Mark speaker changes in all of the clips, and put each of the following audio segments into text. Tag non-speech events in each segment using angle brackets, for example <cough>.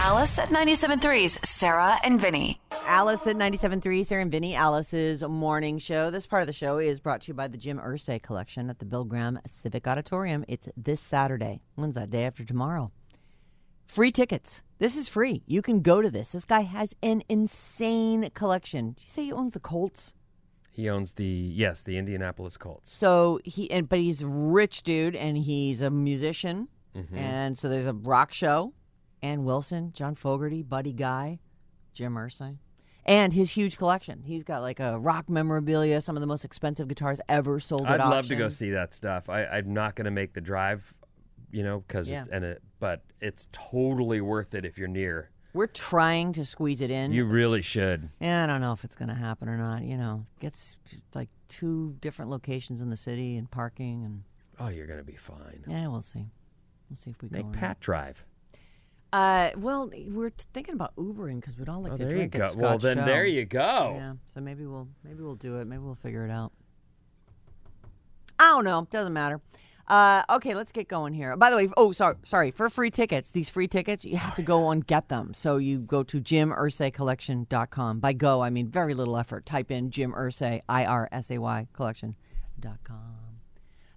Speaker 1: Alice at 97.3's Sarah and Vinny.
Speaker 2: Alice at 97.3, Sarah and Vinny, Alice's morning show. This part of the show is brought to you by the Jim Ursay Collection at the Bill Graham Civic Auditorium. It's this Saturday. When's that? Day after tomorrow. Free tickets. This is free. You can go to this. This guy has an insane collection. Do you say he owns the Colts?
Speaker 3: He owns the yes, the Indianapolis Colts.
Speaker 2: So he, and, but he's a rich dude, and he's a musician,
Speaker 3: Mm-hmm.
Speaker 2: and so there's a rock show. Ann Wilson, John Fogerty, Buddy Guy, Jim Irsay, and his huge collection. He's got like a rock memorabilia, some of the most expensive guitars ever sold.
Speaker 3: I'd
Speaker 2: at
Speaker 3: love to go
Speaker 2: auction.
Speaker 3: see that stuff. I, I'm not going to make the drive, you know, because
Speaker 2: Yeah.
Speaker 3: and it, but it's totally worth it if you're near.
Speaker 2: We're trying to squeeze it in.
Speaker 3: You really should.
Speaker 2: yeah, I don't know if it's going to happen or not. You know, gets like two different locations in the city and parking, and
Speaker 3: Oh, you're going to be fine.
Speaker 2: yeah, we'll see. We'll see if we go.
Speaker 3: Make
Speaker 2: or not.
Speaker 3: Pat drive.
Speaker 2: Uh, well, we're t- thinking about Ubering because we'd all like
Speaker 3: oh,
Speaker 2: to
Speaker 3: there you
Speaker 2: drink
Speaker 3: go.
Speaker 2: at
Speaker 3: Well,
Speaker 2: Scotch
Speaker 3: then
Speaker 2: Show.
Speaker 3: there you go.
Speaker 2: Yeah. So maybe we'll maybe we'll do it. Maybe we'll figure it out. I don't know. Doesn't matter. Uh, okay, let's get going here. By the way, oh sorry, sorry. For free tickets, these free tickets, you have to go on get them. So you go to jimursaycollection.com. By go, I mean very little effort. Type in Jim Ursay, I R S A Y collection.com.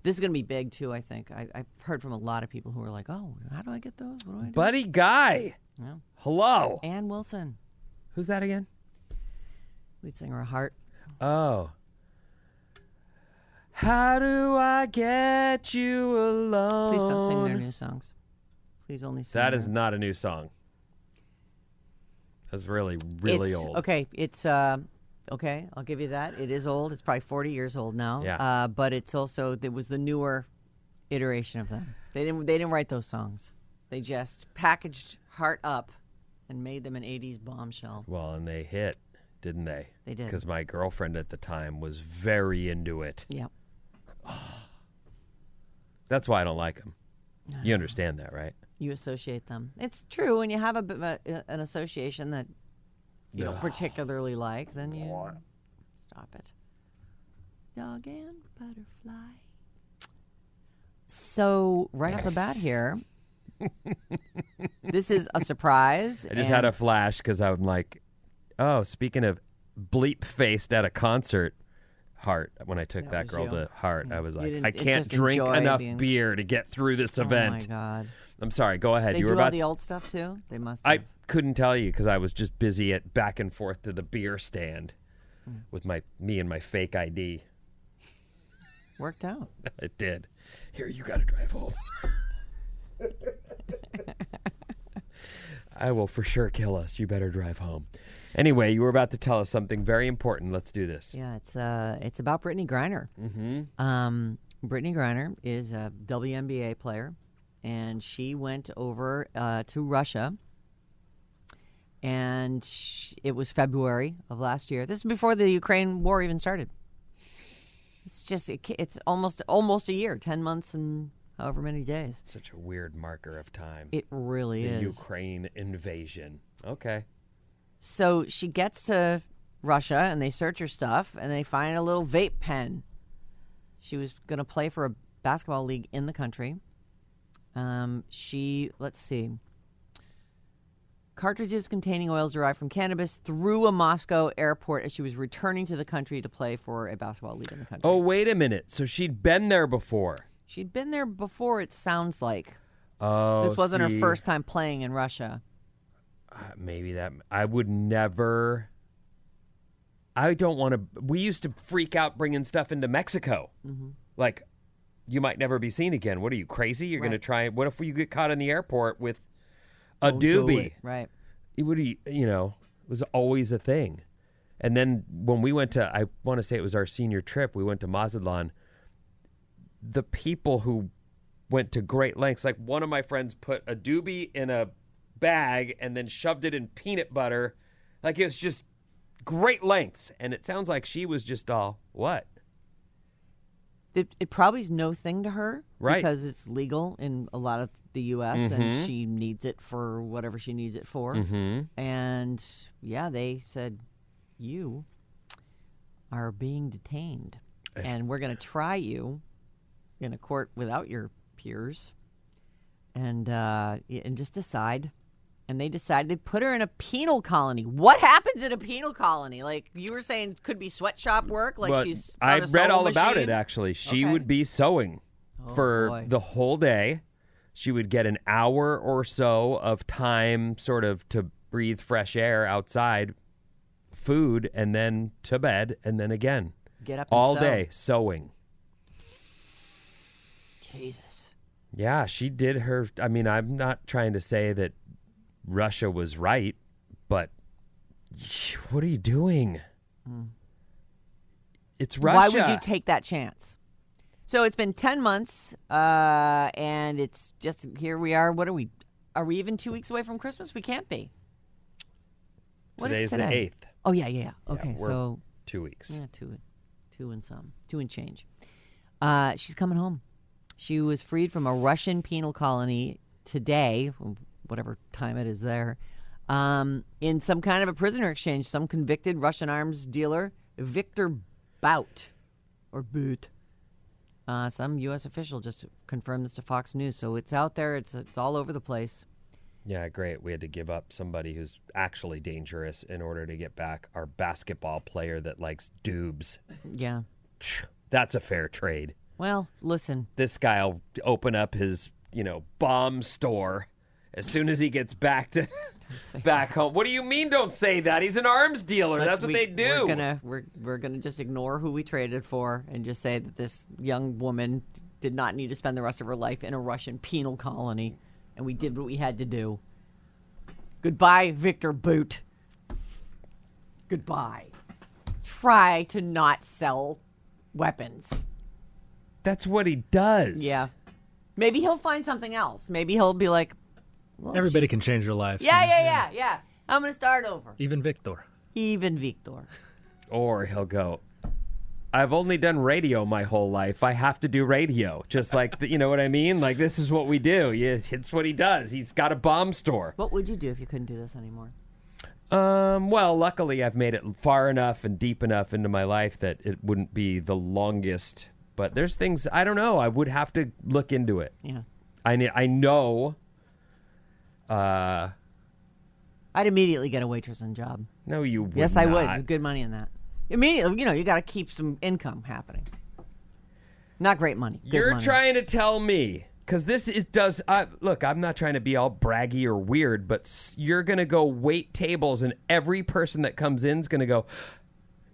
Speaker 2: This is going to be big too, I think. I, I've heard from a lot of people who are like, "Oh, how do I get those? What do I do?"
Speaker 3: Buddy Guy.
Speaker 2: Yeah.
Speaker 3: Hello.
Speaker 2: Ann Wilson,
Speaker 3: Who's that again?
Speaker 2: lead singer of Heart.
Speaker 3: Oh. How do I get you alone?
Speaker 2: Please don't sing their new songs. Please only sing.
Speaker 3: That is
Speaker 2: their-
Speaker 3: not a new song. That's really, really
Speaker 2: It's-
Speaker 3: old.
Speaker 2: Okay, it's uh, okay. I'll give you that. It is old. It's probably forty years old now.
Speaker 3: Yeah.
Speaker 2: Uh, but it's also it was the newer iteration of them. They didn't they didn't write those songs. They just packaged Heart up and made them an '80s bombshell.
Speaker 3: Well, and they hit, didn't they?
Speaker 2: They did.
Speaker 3: Because my girlfriend at the time was very into it.
Speaker 2: Yep.
Speaker 3: That's why I don't like them.
Speaker 2: Uh-huh.
Speaker 3: You understand that, right?
Speaker 2: You associate them. It's true. When you have a, bit of a an association that you don't
Speaker 3: Ugh.
Speaker 2: particularly like, then you stop it. Dog and butterfly. So right
Speaker 3: <laughs>
Speaker 2: off the bat here, this is a surprise.
Speaker 3: <laughs> I just had a
Speaker 2: and-
Speaker 3: flash because I'm like, oh, speaking of bleep faced at a concert, heart. When I took that,
Speaker 2: was
Speaker 3: girl
Speaker 2: you. Mm.
Speaker 3: to heart, I was
Speaker 2: You
Speaker 3: like,
Speaker 2: didn't-
Speaker 3: I
Speaker 2: it
Speaker 3: can't
Speaker 2: just
Speaker 3: drink
Speaker 2: enjoy
Speaker 3: enough
Speaker 2: being-
Speaker 3: beer to get through this
Speaker 2: Oh my
Speaker 3: event.
Speaker 2: god!
Speaker 3: I'm sorry. Go ahead.
Speaker 2: They
Speaker 3: you
Speaker 2: do
Speaker 3: were
Speaker 2: all
Speaker 3: about.
Speaker 2: the old stuff too. They must.
Speaker 3: I
Speaker 2: have.
Speaker 3: couldn't tell you because I was just busy at back and forth to the beer stand
Speaker 2: Hmm.
Speaker 3: with my me and my fake ID. <laughs>
Speaker 2: worked out.
Speaker 3: It did. Here, you got to drive home. <laughs> I will for sure kill us. You better drive home. Anyway, you were about to tell us something very important. Let's do this.
Speaker 2: Yeah, it's uh, it's about Brittany Griner. Mm-hmm. Um, Brittany Griner is a WNBA player, and she went over uh, to Russia, and sh it was February of last year. This is before the Ukraine war even started. It's just it, ca- it's almost almost a year, ten months and however many days.
Speaker 3: Such a weird marker of time.
Speaker 2: It really
Speaker 3: the
Speaker 2: is.
Speaker 3: Ukraine invasion. Okay.
Speaker 2: So she gets to Russia and they search her stuff and they find a little vape pen. She was going to play for a basketball league in the country. Um, she, let's see, cartridges containing oils derived from cannabis through a Moscow airport as she was returning to the country to play for a basketball league in the country.
Speaker 3: Oh, wait a minute. So she'd been there before.
Speaker 2: She'd been there before, it sounds like.
Speaker 3: Oh,
Speaker 2: this wasn't her
Speaker 3: see,
Speaker 2: first time playing in Russia.
Speaker 3: uh, maybe that I would never. I don't want to. We used to freak out bringing stuff into Mexico.
Speaker 2: Mm-hmm.
Speaker 3: Like, you might never be seen again. What are you crazy? You're going
Speaker 2: Right.
Speaker 3: to try. What if you get caught in the airport with a
Speaker 2: Don't do
Speaker 3: doobie?
Speaker 2: it. Right.
Speaker 3: it would be- you know it was always a thing and then when we went to i want to say it was our senior trip we went to mazatlan the people who went to great lengths like one of my friends put a doobie in a bag and then shoved it in peanut butter like it was just great lengths and it sounds like she was just all what
Speaker 2: It, it probably is no thing to her.
Speaker 3: Right.
Speaker 2: Because it's legal in a lot of the U.S. and she needs it for whatever she needs it for.
Speaker 3: mm-hmm
Speaker 2: And yeah, they said, You are being detained,
Speaker 3: Eh.
Speaker 2: and we're going to try you in a court without your peers and, uh, y- and just decide. And they decided they put her in a penal colony. What happens in a penal colony? Like you were saying, could be sweatshop work. Like
Speaker 3: But
Speaker 2: she's.
Speaker 3: I
Speaker 2: on a
Speaker 3: read
Speaker 2: sewing
Speaker 3: all about it
Speaker 2: machine?
Speaker 3: actually. She
Speaker 2: Okay.
Speaker 3: would be sewing
Speaker 2: Oh,
Speaker 3: for
Speaker 2: boy.
Speaker 3: the whole day. She would get an hour or so of time sort of to breathe fresh air outside, food and then to bed and then again.
Speaker 2: Get up and
Speaker 3: All
Speaker 2: sew.
Speaker 3: day sewing.
Speaker 2: Jesus.
Speaker 3: Yeah, she did her I mean, I'm not trying to say that Russia was right, but what are you doing? It's Russia.
Speaker 2: Mm. Why would you take that chance? So it's been ten months, uh, and it's just here we are. What are we? Are we even two weeks away from Christmas? We can't be. What is
Speaker 3: Today's
Speaker 2: today?
Speaker 3: the eighth.
Speaker 2: Oh yeah, yeah, yeah.
Speaker 3: Yeah,
Speaker 2: Okay,
Speaker 3: we're
Speaker 2: so
Speaker 3: two weeks.
Speaker 2: yeah, two, and- two and some, two and change. Uh, she's coming home. She was freed from a Russian penal colony today, whatever time it is there, um, in some kind of a prisoner exchange. Some convicted Russian arms dealer, Victor Bout, or Boot. Uh, some U.S. official just confirmed this to Fox News, so it's out there. It's it's all over the place.
Speaker 3: Yeah, great. We had to give up somebody who's actually dangerous in order to get back our basketball player that likes dubes.
Speaker 2: Yeah.
Speaker 3: That's a fair trade.
Speaker 2: Well, listen,
Speaker 3: This guy'll open up his, you know, bomb store as soon as he gets
Speaker 2: <laughs>
Speaker 3: back to <laughs> back home. What do you mean? Don't say that. He's an arms dealer.
Speaker 2: Let's-
Speaker 3: That's what
Speaker 2: we-
Speaker 3: they do.
Speaker 2: We're gonna we're we're gonna just ignore who we traded for and just say that this young woman did not need to spend the rest of her life in a Russian penal colony, and we did what we had to do. Goodbye, Victor Boot. Goodbye. Try to not sell weapons.
Speaker 3: That's what he does.
Speaker 2: Yeah. Maybe he'll find something else. Maybe he'll be like, well,
Speaker 4: Everybody can change their lives.
Speaker 2: yeah, yeah, yeah, yeah. I'm gonna start over.
Speaker 4: Even Victor.
Speaker 2: Even Victor.
Speaker 3: Or he'll go. I've only done radio my whole life. I have to do radio. Just like, the, you know what I mean? Like, this is what we do. Yeah, It's what he does. He's got a bomb store.
Speaker 2: What would you do if you couldn't do this anymore?
Speaker 3: Um, well, luckily I've made it far enough and deep enough into my life that it wouldn't be the longest. But there's things I don't know. I would have to look into it.
Speaker 2: Yeah.
Speaker 3: I kn- I know. Uh,
Speaker 2: I'd immediately get a waitressing job.
Speaker 3: no, you. Would
Speaker 2: yes, I would.
Speaker 3: not.
Speaker 2: With Good money in that. Immediately, you know, you got to keep some income happening. Not great money. good
Speaker 3: You're
Speaker 2: money.
Speaker 3: trying to tell me because this is does. I, look, I'm not trying to be all braggy or weird, but s- you're gonna go wait tables, and every person that comes in's gonna go,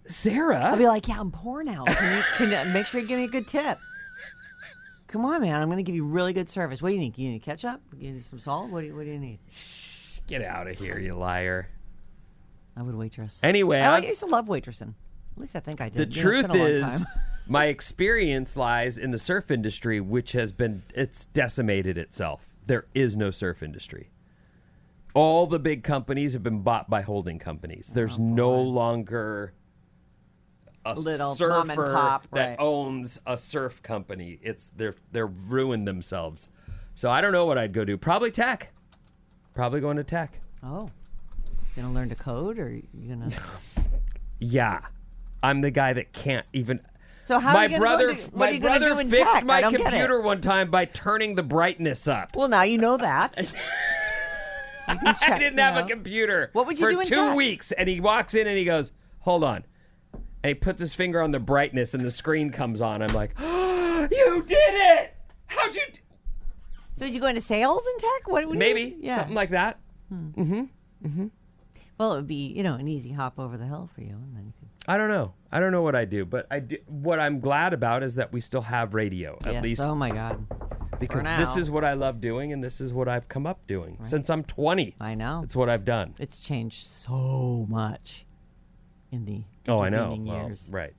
Speaker 3: Sarah.
Speaker 2: I'll be like, yeah, I'm poor now. Can you can uh, make sure you give me a good tip? Come on, man. I'm going to give you really good service. What do you need? You need ketchup? You need some salt? What do you, what do you need?
Speaker 3: Get out of here, you liar.
Speaker 2: I would waitress.
Speaker 3: Anyway,
Speaker 2: I,
Speaker 3: I-
Speaker 2: I used to love waitressing. At least I think I
Speaker 3: The
Speaker 2: did. You know, it's
Speaker 3: truth
Speaker 2: been a long
Speaker 3: is,
Speaker 2: <laughs> time.
Speaker 3: my experience lies in the surf industry, which has been it's decimated itself. There is no surf industry. All the big companies have been bought by holding companies. There's
Speaker 2: Oh,
Speaker 3: no longer a
Speaker 2: Little
Speaker 3: surfer
Speaker 2: mom and pop,
Speaker 3: that
Speaker 2: right.
Speaker 3: owns a surf company. It's they're they're ruined themselves. So I don't know what I'd go do. Probably tech. Probably going to tech.
Speaker 2: oh. Going to learn to code or you
Speaker 3: <laughs>
Speaker 2: going to.
Speaker 3: Yeah, I'm the guy that can't even.
Speaker 2: So how
Speaker 3: my
Speaker 2: are you gonna
Speaker 3: brother,
Speaker 2: go into- what
Speaker 3: my
Speaker 2: are you gonna
Speaker 3: brother
Speaker 2: do in
Speaker 3: fixed
Speaker 2: tech? I
Speaker 3: my
Speaker 2: don't get it.
Speaker 3: computer one time by turning the brightness up.
Speaker 2: Well, now you know that. <laughs> You can
Speaker 3: I
Speaker 2: check,
Speaker 3: didn't
Speaker 2: you
Speaker 3: have
Speaker 2: know.
Speaker 3: a computer.
Speaker 2: What would you
Speaker 3: for
Speaker 2: do in
Speaker 3: two
Speaker 2: tech?
Speaker 3: weeks? And he walks in and he goes, "Hold on," and he puts his finger on the brightness and the screen comes on. I'm like, <gasps> "You did it! How'd you?
Speaker 2: So did you go into sales in tech? What would
Speaker 3: Maybe
Speaker 2: yeah.
Speaker 3: something like that.
Speaker 2: Well, it would be you know an easy hop over the hill for you, and then you could.
Speaker 3: I don't know. I don't know what I do, but I do, what I'm glad about is that we still have radio at
Speaker 2: yes.
Speaker 3: least
Speaker 2: Oh my God.
Speaker 3: because
Speaker 2: now.
Speaker 3: this is what I love doing and this is what I've come up doing since I'm 20.
Speaker 2: I know.
Speaker 3: It's what I've done.
Speaker 2: It's changed so much in the
Speaker 3: Oh, I know.
Speaker 2: intervening
Speaker 3: Well,
Speaker 2: years.
Speaker 3: right.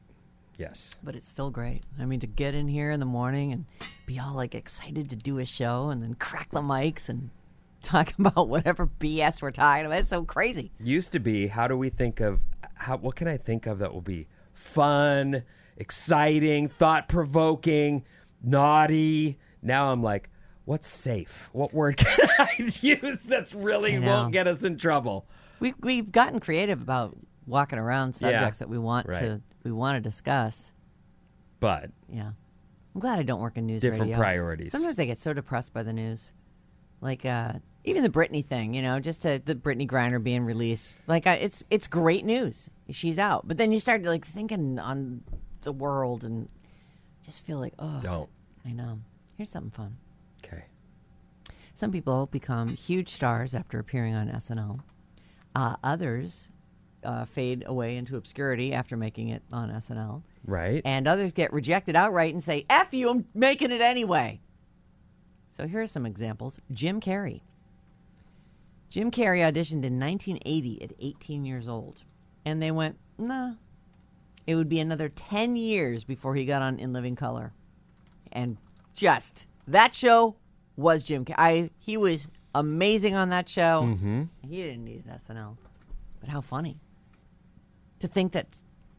Speaker 3: Yes.
Speaker 2: But it's still great. I mean, to get in here in the morning and be all like excited to do a show and then crack the mics and <laughs> talk about whatever BS we're talking about. It's so crazy.
Speaker 3: Used to be how do we think of how what can I think of that will be fun, exciting, thought-provoking, naughty. Now I'm like what's safe? What word <laughs> can I use that's really
Speaker 2: I know.
Speaker 3: won't get us in trouble?
Speaker 2: We, we've gotten creative about walking around subjects that we want to
Speaker 3: Right.
Speaker 2: we want to discuss.
Speaker 3: But
Speaker 2: Yeah. I'm glad I don't work in news
Speaker 3: Different
Speaker 2: radio.
Speaker 3: priorities.
Speaker 2: Sometimes I get so depressed by the news. Like uh even the Britney thing, you know, just to, the Britney Griner being released. Like I, it's it's great news. She's out. But then you start like thinking on the world and just feel like, oh,
Speaker 3: don't.
Speaker 2: I know. Here's something fun.
Speaker 3: Okay.
Speaker 2: Some people become huge stars after appearing on SNL. Uh, others uh, fade away into obscurity after making it on SNL
Speaker 3: Right?
Speaker 2: and others get rejected outright and say, F you, I'm making it anyway. So here are some examples Jim Carrey. Jim Carrey auditioned in 1980 at 18 years old, and they went, nah. It would be another 10 years before he got on In Living Color. And just that show was Jim Carrey. I, he was amazing on that show. Mm-hmm. He didn't need an SNL, but how funny to think that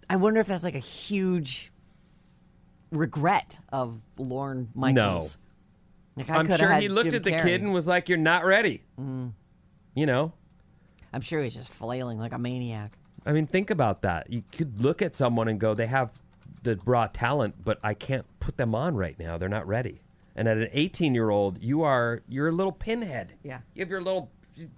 Speaker 2: I wonder if that's like a huge regret of Lorne Michaels. Like I
Speaker 3: I'm
Speaker 2: coulda
Speaker 3: sure
Speaker 2: had
Speaker 3: he looked
Speaker 2: Jim
Speaker 3: at the
Speaker 2: Carrey. Mm.
Speaker 3: kid and was like, "You're not ready." You know,
Speaker 2: I'm sure he's just flailing like a maniac.
Speaker 3: I mean, think about that. You could look at someone and go, "They have the raw talent, but I can't put them on right now. They're not ready." And at an 18 year old, you are you're a little pinhead.
Speaker 2: Yeah.
Speaker 3: you have your little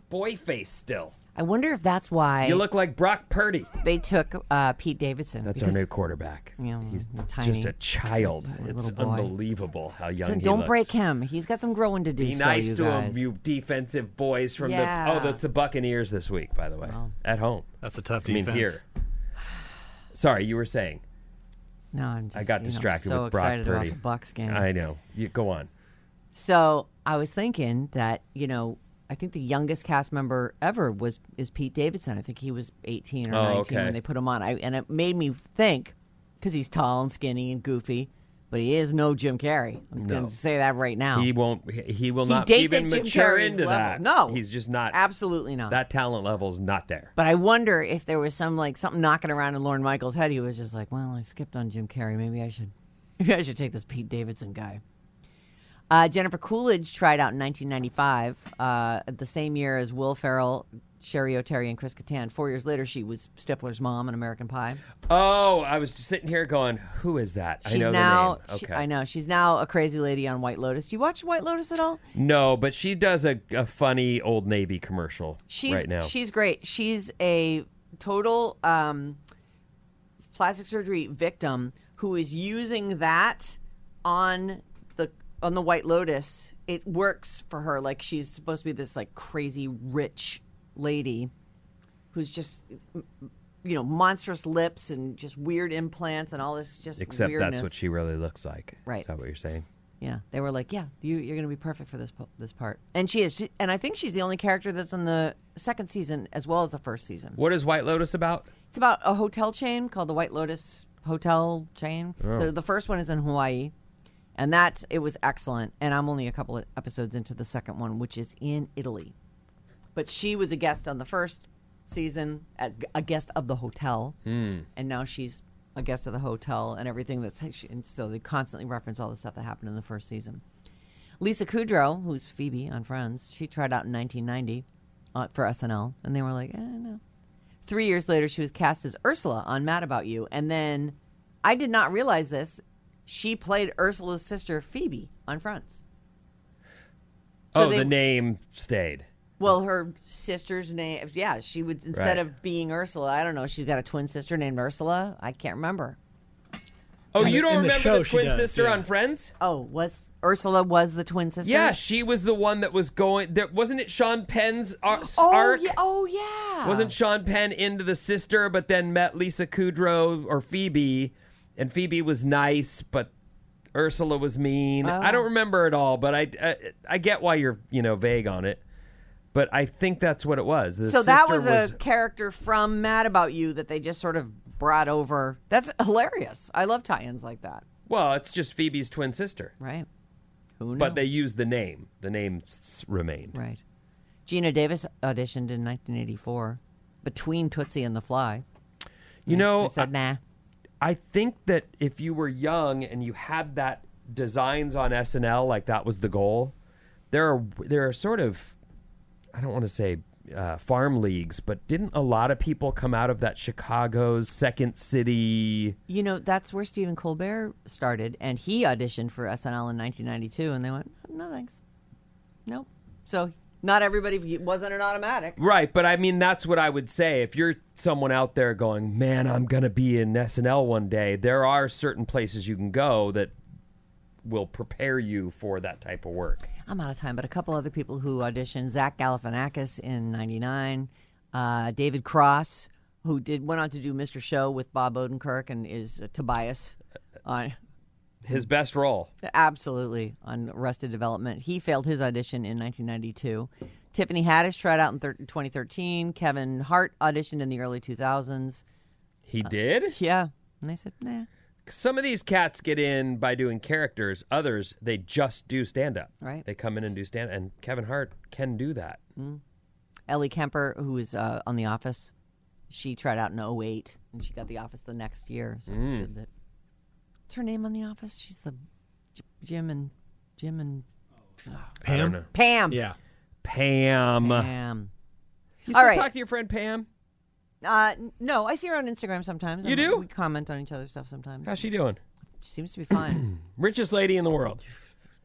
Speaker 3: boy face still.
Speaker 2: I wonder if that's why
Speaker 3: You look like Brock Purdy.
Speaker 2: they took uh, Pete Davidson.
Speaker 3: That's
Speaker 2: because-
Speaker 3: our new quarterback.
Speaker 2: Yeah,
Speaker 3: He's
Speaker 2: he's tiny.
Speaker 3: just a child.
Speaker 2: He's a
Speaker 3: It's
Speaker 2: little boy.
Speaker 3: unbelievable how young
Speaker 2: So
Speaker 3: he
Speaker 2: don't
Speaker 3: looks.
Speaker 2: break him. He's got some growing to do.
Speaker 3: Be
Speaker 2: still,
Speaker 3: nice
Speaker 2: you
Speaker 3: to
Speaker 2: guys.
Speaker 3: him, you defensive boys from
Speaker 2: Yeah.
Speaker 3: the. Oh, that's the Buccaneers this week, by the way, at home.
Speaker 4: That's a tough
Speaker 3: I mean,
Speaker 4: defense.
Speaker 3: here. Sorry, you were saying.
Speaker 2: No, I'm just.
Speaker 3: I got
Speaker 2: you know,
Speaker 3: distracted
Speaker 2: so
Speaker 3: with Brock
Speaker 2: excited
Speaker 3: Purdy.
Speaker 2: about the Bucks game.
Speaker 3: I know. You, go on.
Speaker 2: So I was thinking that you know I think the youngest cast member ever was is Pete Davidson. I think he was eighteen or
Speaker 3: Oh,
Speaker 2: nineteen
Speaker 3: okay.
Speaker 2: when they put him on. I, and it made me think because he's tall and skinny and goofy, but he is no Jim Carrey. I'm going to say that right now.
Speaker 3: He won't. He, he will
Speaker 2: Oh. He
Speaker 3: not
Speaker 2: dates
Speaker 3: even
Speaker 2: at Jim
Speaker 3: mature
Speaker 2: Carrey's
Speaker 3: into
Speaker 2: level.
Speaker 3: that.
Speaker 2: No.
Speaker 3: he's just not.
Speaker 2: Absolutely not.
Speaker 3: That talent level's not there.
Speaker 2: but I wonder if there was some like something knocking around in Lauren Michaels' head. He was just like, "Well, I skipped on Jim Carrey. Maybe I should, <laughs> maybe I should take this Pete Davidson guy." Uh, Jennifer Coolidge tried out in 1995, uh, the same year as Will Ferrell, Sherry O'Terry, and Chris Kattan. Four years later, she was Stifler's mom in American Pie.
Speaker 3: Oh, I was just sitting here going, "Who is that?"
Speaker 2: She's
Speaker 3: I know
Speaker 2: now,
Speaker 3: the name.
Speaker 2: she-
Speaker 3: Okay,
Speaker 2: I know she's now a crazy lady on White Lotus. Do you watch White Lotus at all?
Speaker 3: No, but she does a, a funny old Navy commercial
Speaker 2: She's
Speaker 3: right now.
Speaker 2: she's great. She's a total um, plastic surgery victim who is using that on the on the White Lotus. It works for her. Like she's supposed to be this like crazy rich lady who's just you know monstrous lips and just weird implants and all this just
Speaker 3: Except
Speaker 2: weirdness.
Speaker 3: that's what she really looks like.
Speaker 2: Right.
Speaker 3: Is that what you're saying?
Speaker 2: Yeah, they were like, "Yeah, you, you're going to be perfect for this po- this part," and she is. She, and I think she's the only character that's in the second season as well as the first season.
Speaker 3: What is White Lotus about?
Speaker 2: It's about a hotel chain called the White Lotus Hotel Chain. The, the first one is in Hawaii, and that it was excellent. And I'm only a couple of episodes into the second one, which is in Italy. But she was a guest on the first season, a, a guest of the hotel, and now she's a guest of the hotel and everything that's. And so they constantly reference all the stuff that happened in the first season. Lisa Kudrow, who's Phoebe on Friends, she tried out in 1990 uh, for SNL, and they were like, eh, no. Three years later, she was cast as Ursula on Mad About You, and then I did not realize this. She played Ursula's sister Phoebe on Friends. So
Speaker 3: oh,
Speaker 2: they-
Speaker 3: the name stayed.
Speaker 2: Well, her sister's name, yeah, she would instead
Speaker 3: Right.
Speaker 2: of being Ursula, I don't know, she's got a twin sister named Ursula. I can't remember.
Speaker 3: Oh,
Speaker 4: In
Speaker 3: you
Speaker 4: the-
Speaker 3: Oh, don't
Speaker 4: in the
Speaker 3: remember
Speaker 4: show
Speaker 3: the
Speaker 4: she
Speaker 3: twin
Speaker 4: does,
Speaker 3: sister
Speaker 4: yeah.
Speaker 3: on Friends?
Speaker 2: Oh, was Ursula was the twin sister.
Speaker 3: Yeah, she was the one that was going. That wasn't it. Sean Penn's ar-
Speaker 2: Oh
Speaker 3: arc.
Speaker 2: yeah. Oh yeah.
Speaker 3: Wasn't Sean Penn into the sister, but then met Lisa Kudrow or Phoebe, and Phoebe was nice, but Ursula was mean. I
Speaker 2: Oh.
Speaker 3: don't remember it all, but I, I I get why you're you know vague on it, but I think that's what it was. The
Speaker 2: so that
Speaker 3: sister
Speaker 2: was a character from Mad About You that they just sort of brought over. That's hilarious. I love tie-ins like that.
Speaker 3: well, it's just Phoebe's twin sister,
Speaker 2: Right. Who knows?
Speaker 3: but they used the name. The name s- remained.
Speaker 2: Oh. Right. Gina Davis auditioned in 1984 between Tootsie and the Fly.
Speaker 3: You know,
Speaker 2: I said, nah.
Speaker 3: I think that if you were young and you had that designs on SNL, like that was the goal, there are there are sort of I don't want to say uh, farm leagues, but didn't a lot of people come out of that Chicago's second city?
Speaker 2: You know, that's where Stephen Colbert started, and he auditioned for SNL in 1992, and they went, no thanks. Nope. So not everybody it wasn't an automatic.
Speaker 3: Right, but I mean that's what I would say. If you're someone out there going, "Man, I'm gonna be in SNL one day," there are certain places you can go that will prepare you for that type of work.
Speaker 2: I'm out of time, but a couple other people who auditioned: Zach Galifianakis in '99, uh, David Cross, who did went on to do Mr. Show with Bob Odenkirk, and is uh, Tobias on
Speaker 3: His best role.
Speaker 2: absolutely on Arrested Development. He failed his audition in 1992. Tiffany Haddish tried out in thir- 2013. Kevin Hart auditioned in the early 2000s.
Speaker 3: He did.
Speaker 2: Yeah, and they said nah.
Speaker 3: some of these cats get in by doing characters others they just do stand up
Speaker 2: Right.
Speaker 3: they come in and do stand and kevin hart can do that
Speaker 2: Ellie Kemper, who is uh, on The Office, she tried out in 08 and she got The Office the next year. So
Speaker 3: Mm.
Speaker 2: it's good that. What's her name on The Office? She's the J- Jim and Jim and
Speaker 3: i don't know
Speaker 5: Um,
Speaker 2: Pam.
Speaker 4: Yeah.
Speaker 3: pam Um,
Speaker 2: Pam.
Speaker 3: you still
Speaker 2: All right.
Speaker 3: talk to your friend pam
Speaker 2: Uh, n- no, I see her on Instagram sometimes.
Speaker 3: You
Speaker 2: I'm-
Speaker 3: do?
Speaker 2: We comment on each other's stuff sometimes.
Speaker 3: how's she doing
Speaker 2: She seems to be fine.
Speaker 3: richest lady in the world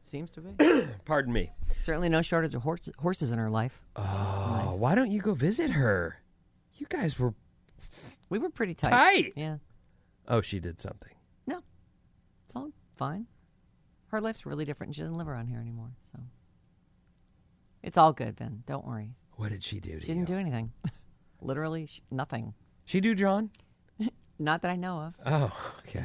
Speaker 2: seems to be. <coughs>
Speaker 3: pardon me
Speaker 2: Certainly no shortage of horse- horses in her life.
Speaker 3: oh why don't you go visit her you guys were
Speaker 2: We were pretty tight.
Speaker 3: tight
Speaker 2: Yeah.
Speaker 3: oh she did something
Speaker 2: No, it's all fine. Her life's really different. She doesn't live around here anymore, so it's all good, Ben. Don't worry.
Speaker 3: what did she do to
Speaker 2: She
Speaker 3: you
Speaker 2: didn't do anything. <laughs> Literally, sh nothing.
Speaker 3: she do john
Speaker 2: Not that I know of.
Speaker 3: oh okay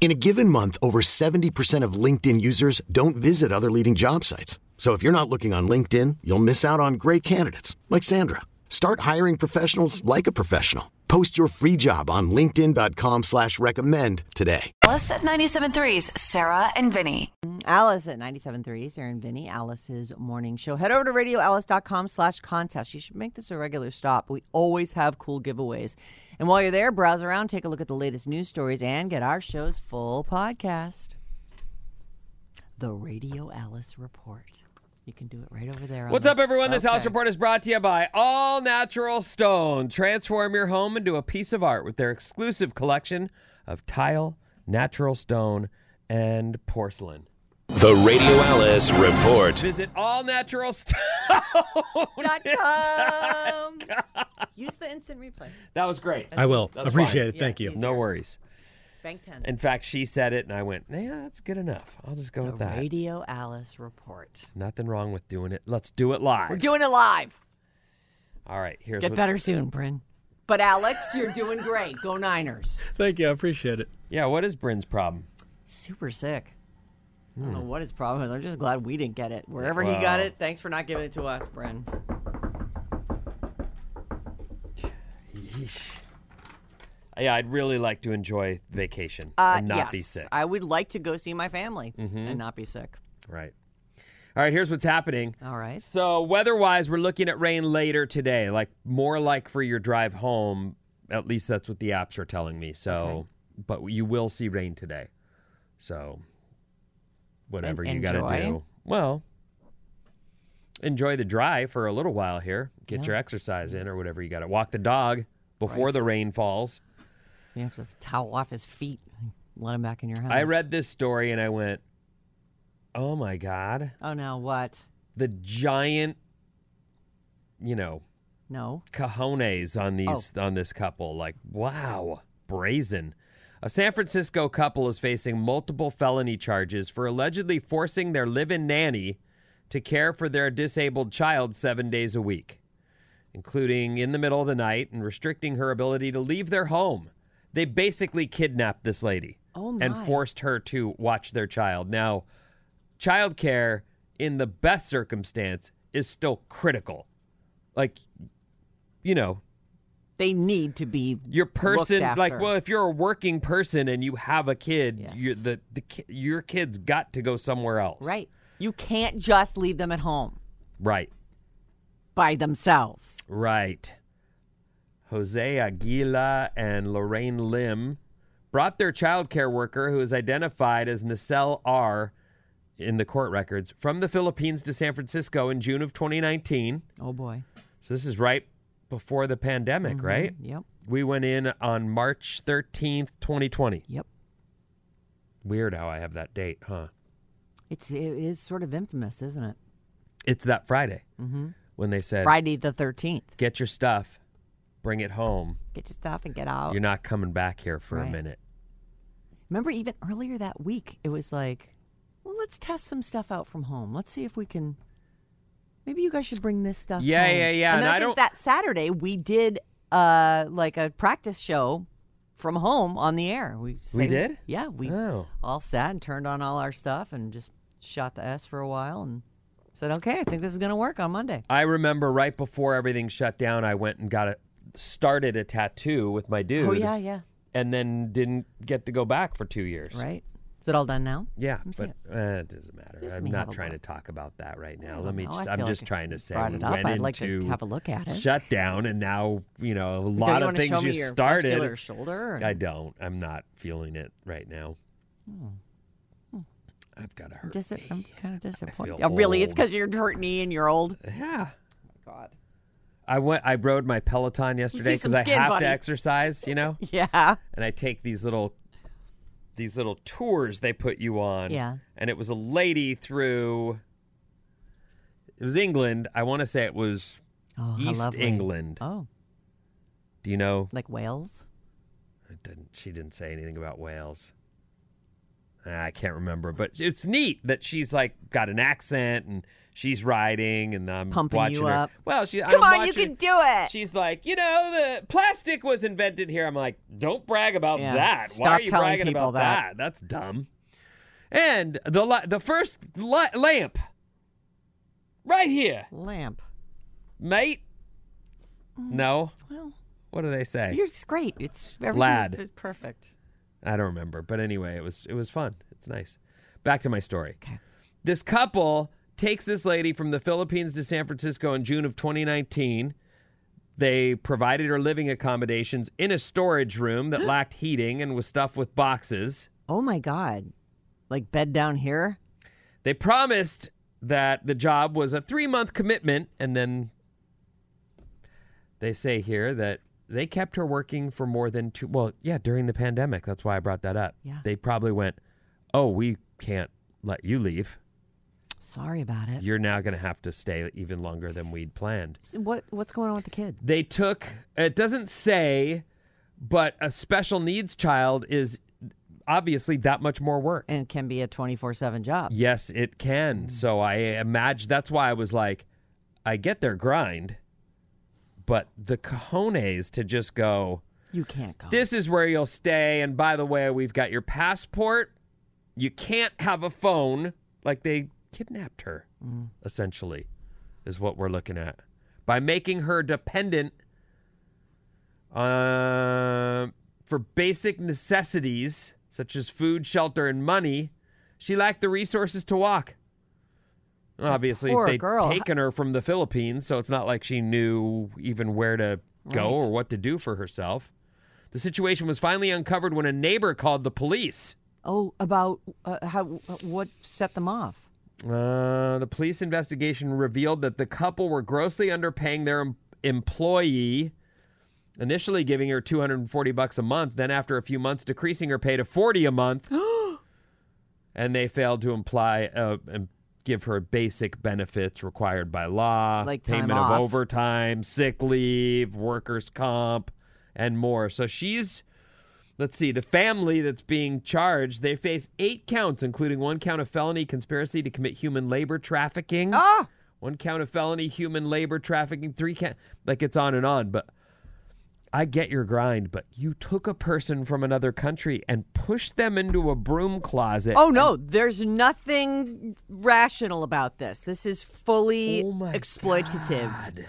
Speaker 6: In a given month, over 70% of LinkedIn users don't visit other leading job sites. So if you're not looking on LinkedIn, you'll miss out on great candidates like Sandra. Start hiring professionals like a professional. Post your free job on linkedin.com/recommend slash recommend today.
Speaker 1: Alice at 97.3's Sarah and Vinny.
Speaker 2: Alice at 97.3, Sarah and Vinny, Alice's morning show. Head over to radioalice.com slash contest. You should make this a regular stop. We always have cool giveaways. And while you're there, browse around, take a look at the latest news stories, and get our show's full podcast. The Radio Alice Report. You can do it right over there. on
Speaker 3: What's
Speaker 2: the-
Speaker 3: up, everyone? This House
Speaker 2: Okay.
Speaker 3: Report is brought to you by All Natural Stone. Transform your home into a piece of art with their exclusive collection of tile, natural stone, and porcelain.
Speaker 4: The Radio Alice Report.
Speaker 3: Visit allnaturalstone.com.
Speaker 2: Dot com. Use the instant replay.
Speaker 3: <laughs> That was great.
Speaker 5: I will.
Speaker 3: That's
Speaker 5: Appreciate
Speaker 3: fine.
Speaker 5: it. Thank you.
Speaker 3: No worries.
Speaker 2: Bank 10.
Speaker 3: In fact, she said it, and I went, "Yeah, that's good enough. I'll just go
Speaker 2: the
Speaker 3: with that.
Speaker 2: Radio Alice Report.
Speaker 3: Nothing wrong with doing it. Let's do it live.
Speaker 2: We're doing it live.
Speaker 3: All right, here's
Speaker 2: Get
Speaker 3: what's-
Speaker 2: better soon, Bryn. But Alex, you're doing great. Go Niners.
Speaker 5: Thank you. I appreciate it.
Speaker 3: Yeah, what is Bryn's problem?
Speaker 2: Super sick.
Speaker 3: Hmm.
Speaker 2: I don't know what his problem is. I'm just glad we didn't get it. Wherever he got
Speaker 3: Wow.
Speaker 2: it, thanks for not giving it to us, Bryn.
Speaker 3: Yeah, I'd really like to enjoy vacation
Speaker 2: Uh,
Speaker 3: and not be sick. Mm-hmm.
Speaker 2: I would like to go see my family and not be sick.
Speaker 3: Right. All right, here's what's happening.
Speaker 2: All right.
Speaker 3: So, weather wise, we're looking at rain later today, like more like for your drive home. At least that's what the apps are telling me. So, but you will see rain today. So, whatever
Speaker 2: En-
Speaker 3: you got to
Speaker 2: enjoy.
Speaker 3: do. Well, enjoy the drive for a little while here. Get your exercise in or whatever you got to. Walk the dog before the rain falls.
Speaker 2: You have to towel off his feet and let him back in your house.
Speaker 3: I read this story and I went, oh my God.
Speaker 2: Oh, no. What?
Speaker 3: The giant, you know,
Speaker 2: No.
Speaker 3: cojones on these on this couple. Like, wow, brazen. A San Francisco couple is facing multiple felony charges for allegedly forcing their live-in nanny to care for their disabled child 7 days a week, including in the middle of the night and restricting her ability to leave their home. They basically kidnapped this lady
Speaker 2: Oh, my.
Speaker 3: and forced her to watch their child. Now, childcare in the best circumstance is still critical. Like you know,
Speaker 2: They need to be
Speaker 3: your person
Speaker 2: Looked
Speaker 3: like
Speaker 2: after.
Speaker 3: well if you're a working person and you have a kid
Speaker 2: Yes.
Speaker 3: you the, the ki- your kid's got to go somewhere else
Speaker 2: right. You can't just leave them at home
Speaker 3: right
Speaker 2: by themselves.
Speaker 3: right jose aguila and lorraine lim brought their child care worker who is identified as nacelle r in the court records from the philippines to san francisco in june of 2019
Speaker 2: Oh, boy.
Speaker 3: so this is right before the pandemic right
Speaker 2: Mm-hmm. Yep.
Speaker 3: we went in on march 13th 2020
Speaker 2: Yep.
Speaker 3: weird how i have that date huh
Speaker 2: It's, it is sort of infamous, isn't it? Mm-hmm.
Speaker 3: it's that Friday when they said,
Speaker 2: Friday the 13th.
Speaker 3: "Get your stuff, bring it home.
Speaker 2: Get your stuff and get out.
Speaker 3: You're not coming back here for
Speaker 2: Oh. Right.
Speaker 3: a minute."
Speaker 2: Remember, even earlier that week, it was like, well, let's test some stuff out from home. Let's see if we can. Maybe you guys should bring this stuff.
Speaker 3: Yeah,
Speaker 2: home.
Speaker 3: yeah, yeah,
Speaker 2: And, then
Speaker 3: and
Speaker 2: I,
Speaker 3: I
Speaker 2: think
Speaker 3: don't-
Speaker 2: that Saturday we did uh like a practice show from home on the air. We
Speaker 3: We
Speaker 2: saved-
Speaker 3: did?
Speaker 2: Yeah, we
Speaker 3: Oh.
Speaker 2: all sat and turned on all our stuff and just shot the s for a while and said, okay, I think this is gonna work on Monday.
Speaker 3: I remember right before everything shut down, I went and got a started a tattoo with my dude,
Speaker 2: Oh yeah, yeah,
Speaker 3: and then didn't get to go back for two years.
Speaker 2: right. Is it all done now?
Speaker 3: Yeah,
Speaker 2: Let me see
Speaker 3: but uh, it doesn't matter.
Speaker 2: Just let
Speaker 3: I'm
Speaker 2: me have
Speaker 3: not
Speaker 2: a
Speaker 3: trying
Speaker 2: look.
Speaker 3: to talk about that right
Speaker 2: I
Speaker 3: now.
Speaker 2: don't
Speaker 3: Let me.
Speaker 2: know.
Speaker 3: Just,
Speaker 2: I
Speaker 3: I'm
Speaker 2: feel
Speaker 3: just
Speaker 2: like
Speaker 3: trying
Speaker 2: you
Speaker 3: to say
Speaker 2: brought
Speaker 3: we
Speaker 2: it up.
Speaker 3: went
Speaker 2: I'd like to
Speaker 3: into
Speaker 2: have a look at it.
Speaker 3: Shutdown, and now you know a
Speaker 2: Don't
Speaker 3: lot
Speaker 2: you
Speaker 3: of
Speaker 2: wanna
Speaker 3: things
Speaker 2: show
Speaker 3: you
Speaker 2: me your
Speaker 3: started.
Speaker 2: muscular shoulder. and-
Speaker 3: I don't. I'm not feeling it right now.
Speaker 2: Hmm.
Speaker 3: I've got to
Speaker 2: I'm,
Speaker 3: hurt.
Speaker 2: dis- I'm
Speaker 3: knee.
Speaker 2: kind of disappointed.
Speaker 3: feel
Speaker 2: Oh, really, it's
Speaker 3: old.
Speaker 2: because you're hurt knee and you're old. <laughs>
Speaker 3: Yeah.
Speaker 2: Oh God.
Speaker 3: I went. I rode my Peloton yesterday
Speaker 2: some
Speaker 3: because I
Speaker 2: skin,
Speaker 3: have
Speaker 2: buddy.
Speaker 3: to exercise,
Speaker 2: <laughs>
Speaker 3: you know.
Speaker 2: Yeah.
Speaker 3: and I take these little, these little tours they put you on.
Speaker 2: Yeah.
Speaker 3: And it was a lady through. It was England. I want to say it was
Speaker 2: Oh, how
Speaker 3: East
Speaker 2: lovely.
Speaker 3: England.
Speaker 2: Oh,
Speaker 3: Do you know?
Speaker 2: like Wales.
Speaker 3: It didn't, she didn't say anything about Wales. Ah, I can't remember, but it's neat that she's like got an accent and she's riding, and I'm
Speaker 2: Pumping
Speaker 3: watching
Speaker 2: you
Speaker 3: her.
Speaker 2: up.
Speaker 3: Well, she
Speaker 2: Come
Speaker 3: I'm
Speaker 2: on, you
Speaker 3: watching-
Speaker 2: can do it.
Speaker 3: She's like, you know, the plastic was invented here. I'm like, don't brag about
Speaker 2: Yeah.
Speaker 3: that.
Speaker 2: Stop
Speaker 3: Why are you
Speaker 2: telling
Speaker 3: bragging
Speaker 2: people
Speaker 3: about
Speaker 2: that.
Speaker 3: that? That's dumb. And the li- the first li- lamp, right here,
Speaker 2: Lamp.
Speaker 3: mate. No,
Speaker 2: Well,
Speaker 3: what do they say?
Speaker 2: you're it's great. It's everything's
Speaker 3: Lad.
Speaker 2: p- perfect.
Speaker 3: I don't remember, but anyway, it was it was fun. It's nice. Back to my story.
Speaker 2: Okay.
Speaker 3: This couple takes this lady from the Philippines to San Francisco in June of 2019. They provided her living accommodations in a storage room that lacked heating and was stuffed with boxes.
Speaker 2: Oh my God, like bed down here.
Speaker 3: They promised that the job was a three month commitment, and then they say here that they kept her working for more than two. Well, yeah, during the pandemic. That's why I brought that up.
Speaker 2: Yeah.
Speaker 3: They probably went, oh, we can't let you leave.
Speaker 2: Sorry about it.
Speaker 3: You're now going to have to stay even longer than we'd planned.
Speaker 2: What what's going on with the kid?
Speaker 3: They took, it doesn't say, but a special needs child is obviously that much more work.
Speaker 2: And it can be a twenty four seven job.
Speaker 3: Yes, it can. So I imagine that's why I was like, I get their grind, but the cojones to just go,
Speaker 2: You can't go.
Speaker 3: this is where you'll stay. And by the way, we've got your passport. You can't have a phone. Like they kidnapped her,
Speaker 2: Mm.
Speaker 3: essentially, is what we're looking at. By making her dependent uh, for basic necessities such as food, shelter, and money, she lacked the resources to walk. Obviously,
Speaker 2: Poor
Speaker 3: they'd
Speaker 2: girl.
Speaker 3: taken her from the Philippines, so it's not like she knew even where to go
Speaker 2: Right.
Speaker 3: or what to do for herself. The situation was finally uncovered when a neighbor called the police.
Speaker 2: oh, about uh, how what set them off?
Speaker 3: Uh, the police investigation revealed that the couple were grossly underpaying their em- employee, initially giving her 240 bucks a month, then after a few months decreasing her pay to 40 a month.
Speaker 2: <gasps>
Speaker 3: and they failed to imply uh, and give her basic benefits required by law,
Speaker 2: Like time
Speaker 3: payment
Speaker 2: off.
Speaker 3: of overtime, sick leave, workers' comp, and more. So she's Let's see. The family that's being charged, they face eight counts, including one count of felony conspiracy to commit human labor trafficking.
Speaker 2: Ah!
Speaker 3: One count of felony human labor trafficking. Three count. Like it's on and on. But I get your grind. But you took a person from another country and pushed them into a broom closet.
Speaker 2: Oh no, there's nothing rational about this. This is fully
Speaker 3: Oh, my
Speaker 2: exploitative.
Speaker 3: God.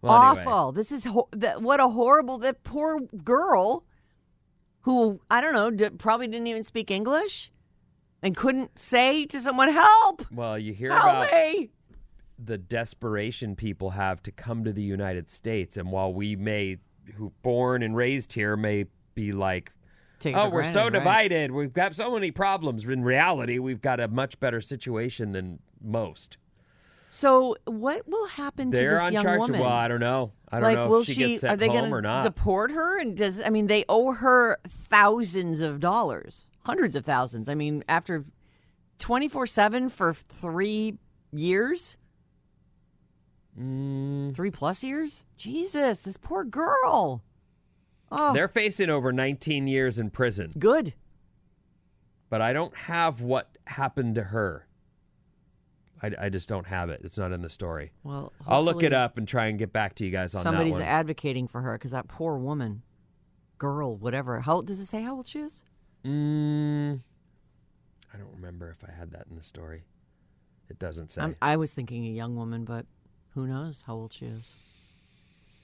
Speaker 3: Well, anyway.
Speaker 2: Awful. This is ho- that, what a horrible that poor girl who I don't know, d- probably didn't even speak English and couldn't say to someone help.
Speaker 3: Well, you hear
Speaker 2: Help
Speaker 3: about
Speaker 2: me.
Speaker 3: the desperation people have to come to the United States, and while we may, who born and raised here, may be like.
Speaker 2: Take it
Speaker 3: oh,
Speaker 2: for
Speaker 3: we're so
Speaker 2: granted, right?
Speaker 3: divided. We've got so many problems. In reality, we've got a much better situation than most.
Speaker 2: So what will happen to
Speaker 3: They're
Speaker 2: this
Speaker 3: on
Speaker 2: young
Speaker 3: charge.
Speaker 2: woman?
Speaker 3: Well, I don't know. I don't
Speaker 2: like,
Speaker 3: know
Speaker 2: will
Speaker 3: if she, gets sent
Speaker 2: are they
Speaker 3: home
Speaker 2: gonna
Speaker 3: or not.
Speaker 2: deport her? And does I mean they owe her thousands of dollars, hundreds of thousands. I mean, after twenty four seven for three years,
Speaker 3: Mm,
Speaker 2: three plus years. Jesus, this poor girl. Oh,
Speaker 3: they're facing over 19 years in prison,
Speaker 2: good.
Speaker 3: but I don't have what happened to her. I, I just don't have it. It's not in the story.
Speaker 2: Well,
Speaker 3: I'll look it
Speaker 2: hopefully
Speaker 3: up and try and get back to you guys on
Speaker 2: Somebody's
Speaker 3: that one.
Speaker 2: advocating for her because that poor woman, girl, whatever. How old does it say how old she is?
Speaker 3: mm, I don't remember if I had that in the story. It doesn't say.
Speaker 2: I'm, I was thinking a young woman, but who knows how old she is.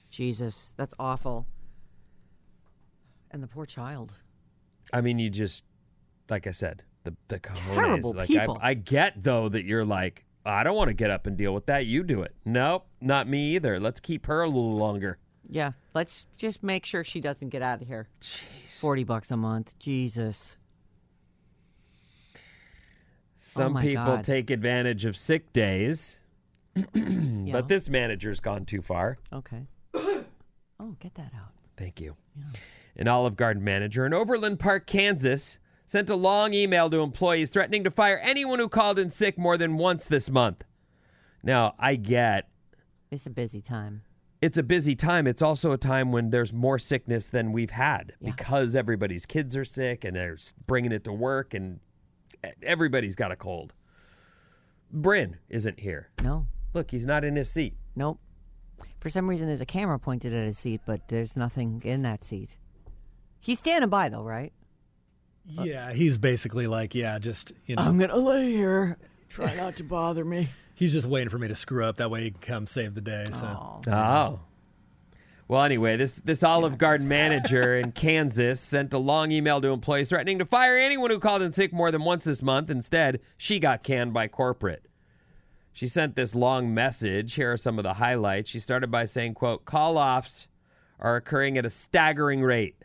Speaker 2: Jesus, that's awful. And the poor child.
Speaker 3: I mean, you just, like I said, the the cojones.
Speaker 2: Terrible
Speaker 3: like,
Speaker 2: people.
Speaker 3: I, I get though that you're like, I don't want to get up and deal with that. You do it. Nope, not me either. Let's keep her a little longer.
Speaker 2: Oh Yeah, let's just make sure she doesn't get out of here. Jeez. 40 bucks a month. Jesus.
Speaker 3: Some
Speaker 2: my
Speaker 3: people
Speaker 2: God.
Speaker 3: take advantage of sick days, <clears throat>
Speaker 2: Yeah.
Speaker 3: but this manager's gone too far.
Speaker 2: Okay. <coughs> oh, get that out.
Speaker 3: Thank you. An Olive Garden manager in Overland Park, Kansas, sent a long email to employees threatening to fire anyone who called in sick more than once this month. Now, I get
Speaker 2: It's a busy time.
Speaker 3: it's a busy time. It's also a time when there's more sickness than we've had
Speaker 2: Yeah.
Speaker 3: because everybody's kids are sick and they're s- bringing it to work and e, everybody's got a cold. Bryn isn't here.
Speaker 2: No,
Speaker 3: Look, he's not in his seat.
Speaker 2: nope. For some reason, there's a camera pointed at his seat, but there's nothing in that seat. He's standing by, though, right?
Speaker 5: Yeah, he's basically like, yeah, just you know,
Speaker 2: going to Uh, lay here. Try not to bother me.
Speaker 5: <laughs> he's just waiting for me to screw up. That way he can come save the day. So
Speaker 3: Oh. Well, anyway, this this Olive Garden manager in Kansas sent a long email to employees threatening to fire anyone who called in sick more than once this month. Instead, she got canned by corporate. She sent this long message. Here are some of the highlights. She started by saying, quote, call offs are occurring at a staggering rate.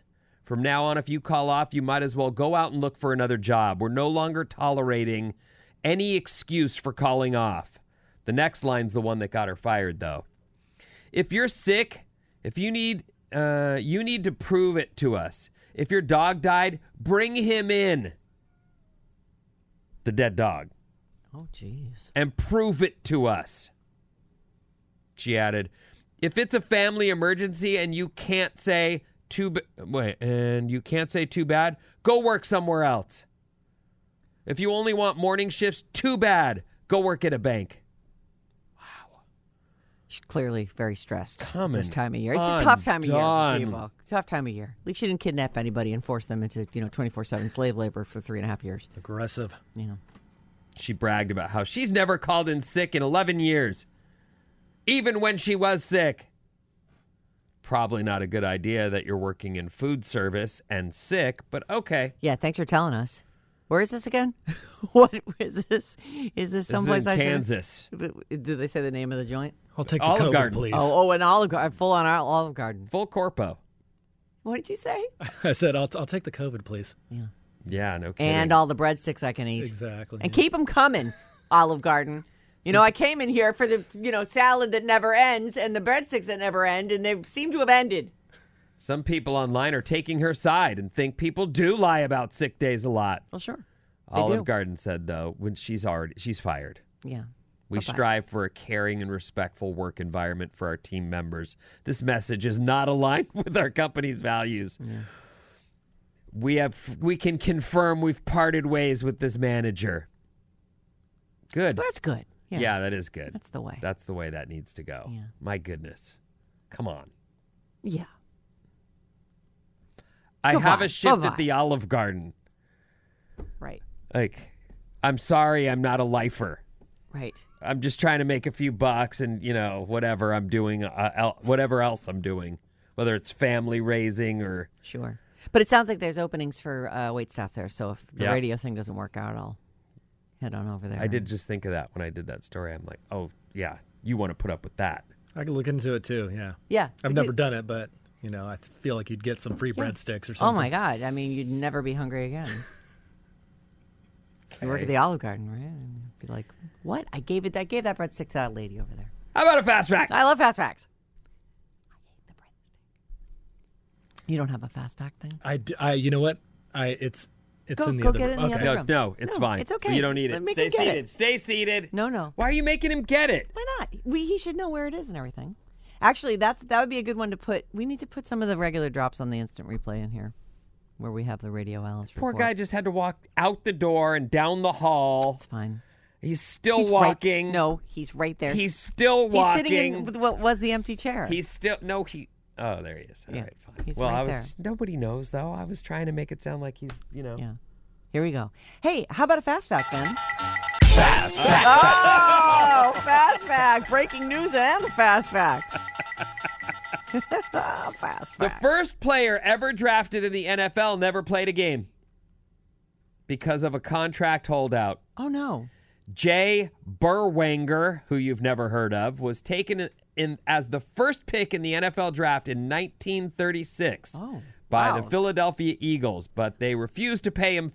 Speaker 3: From now on, if you call off, you might as well go out and look for another job. We're no longer tolerating any excuse for calling off. The next line's the one that got her fired, though. If you're sick, if you need, uh, you need to prove it to us. If your dog died, bring him in. the dead dog
Speaker 2: Oh, jeez.
Speaker 3: and prove it to us. She added, if it's a family emergency and you can't say too b- wait, and you can't say too bad, go work somewhere else. If you only want morning shifts, too bad. Go work at a bank.
Speaker 2: She's clearly very stressed
Speaker 3: Coming
Speaker 2: this time of year. It's a tough time of year for
Speaker 3: undone.
Speaker 2: people. Tough time of year. At least she didn't kidnap anybody and force them into, you know, 24-7 slave labor for three and a half years.
Speaker 5: Aggressive.
Speaker 2: You know.
Speaker 3: She bragged about how she's never called in sick in 11 years, even when she was sick. Probably not a good idea that you're working in food service and sick, but okay.
Speaker 2: Yeah, thanks for telling us. Where is this again? <laughs> what is this? Is this
Speaker 3: This is
Speaker 2: someplace
Speaker 3: in
Speaker 2: I should?
Speaker 3: Kansas.
Speaker 2: Did they say the name of the joint?
Speaker 5: I'll take the
Speaker 3: Olive
Speaker 5: COVID,
Speaker 3: Garden.
Speaker 5: please.
Speaker 2: Oh, oh, an Olive Garden, full on Olive Garden.
Speaker 3: Full corpo.
Speaker 2: What did you say?
Speaker 5: <laughs> I said, I'll, I'll take the COVID, please.
Speaker 3: Yeah, no kidding.
Speaker 2: and all the breadsticks I can eat.
Speaker 5: Exactly.
Speaker 2: And keep them coming, Olive Garden. You know, I came in here for the you know salad that never ends and the breadsticks that never end, and they seem to have ended.
Speaker 3: Some people online are taking her side and think people do lie about sick days a lot.
Speaker 2: Well, sure. They
Speaker 3: Olive
Speaker 2: do.
Speaker 3: Garden said though, when she's already she's fired.
Speaker 2: Yeah.
Speaker 3: We
Speaker 2: Bye-bye.
Speaker 3: strive for a caring and respectful work environment for our team members. This message is not aligned <laughs> with our company's values. We have we can confirm we've parted ways with this manager. Good.
Speaker 2: Well, that's good.
Speaker 3: Yeah, that is good.
Speaker 2: That's the way.
Speaker 3: That's the way that needs to go.
Speaker 2: Yeah.
Speaker 3: My goodness. Come on.
Speaker 2: yeah.
Speaker 3: I
Speaker 2: Come
Speaker 3: have
Speaker 2: on.
Speaker 3: a shift
Speaker 2: Bye-bye.
Speaker 3: at the Olive Garden.
Speaker 2: Right.
Speaker 3: Like, I'm sorry, I'm not a lifer.
Speaker 2: Right.
Speaker 3: I'm just trying to make a few bucks and, you know, whatever I'm doing, uh, el- whatever else I'm doing, whether it's family raising or.
Speaker 2: Sure. But it sounds like there's openings for uh, wait staff there. So if the
Speaker 3: Yeah.
Speaker 2: radio thing doesn't work out, I'll head on over there.
Speaker 3: I did just think of that when I did that story. I'm like, oh, yeah, you want to put up with that.
Speaker 5: I can look into it too. Yeah.
Speaker 2: Yeah.
Speaker 5: I've
Speaker 2: Because-
Speaker 5: never done it, but you know, I feel like you'd get some free breadsticks or something.
Speaker 2: Oh my God! I mean, you'd never be hungry again.
Speaker 3: <laughs>
Speaker 2: You work at the Olive Garden, right? And you'd be like, "What? I gave it. I gave that breadstick to that lady over there.
Speaker 3: How about a fast fact?
Speaker 2: I love fast facts. I hate the breadstick. You don't have a fast fact thing?
Speaker 5: I, d- I- you know what? I it's it's
Speaker 2: Go-
Speaker 5: in the
Speaker 2: go
Speaker 5: other
Speaker 2: get
Speaker 5: room.
Speaker 2: it in the
Speaker 5: okay.
Speaker 2: other
Speaker 3: no,
Speaker 2: room.
Speaker 3: no, it's
Speaker 2: No,
Speaker 3: fine.
Speaker 2: it's okay.
Speaker 3: You don't need it.
Speaker 2: Make
Speaker 3: Stay
Speaker 2: him get
Speaker 3: seated.
Speaker 2: it.
Speaker 3: Stay seated.
Speaker 2: No, no.
Speaker 3: Why are you making him get it?
Speaker 2: Why not? We he should know where it is and everything. Actually, that's that would be a good one to put. We need to put some of the regular drops on the instant replay in here, where we have the radio Alice.
Speaker 3: Poor
Speaker 2: report.
Speaker 3: guy just had to walk out the door and down the hall.
Speaker 2: It's fine.
Speaker 3: He's still
Speaker 2: He's right-
Speaker 3: walking.
Speaker 2: no, he's right there.
Speaker 3: He's still
Speaker 2: He's
Speaker 3: walking.
Speaker 2: sitting in what was the empty chair.
Speaker 3: He's still no he. Oh, there he is. All
Speaker 2: Yeah.
Speaker 3: right, fine.
Speaker 2: He's
Speaker 3: well,
Speaker 2: right
Speaker 3: I was nobody knows though. I was trying to make it sound like he's you know.
Speaker 2: Yeah. Here we go. Hey, how about a fast fact then?
Speaker 4: Fast fact.
Speaker 2: Oh, fast fact. Breaking news and a fast fact. <laughs> fast
Speaker 3: The
Speaker 2: fact.
Speaker 3: first player ever drafted in the NFL never played a game because of a contract holdout.
Speaker 2: oh, no.
Speaker 3: Jay Burwanger, who you've never heard of, was taken in, in as the first pick in the NFL draft in 1936
Speaker 2: Oh,
Speaker 3: by
Speaker 2: wow.
Speaker 3: the Philadelphia Eagles, but they refused to pay him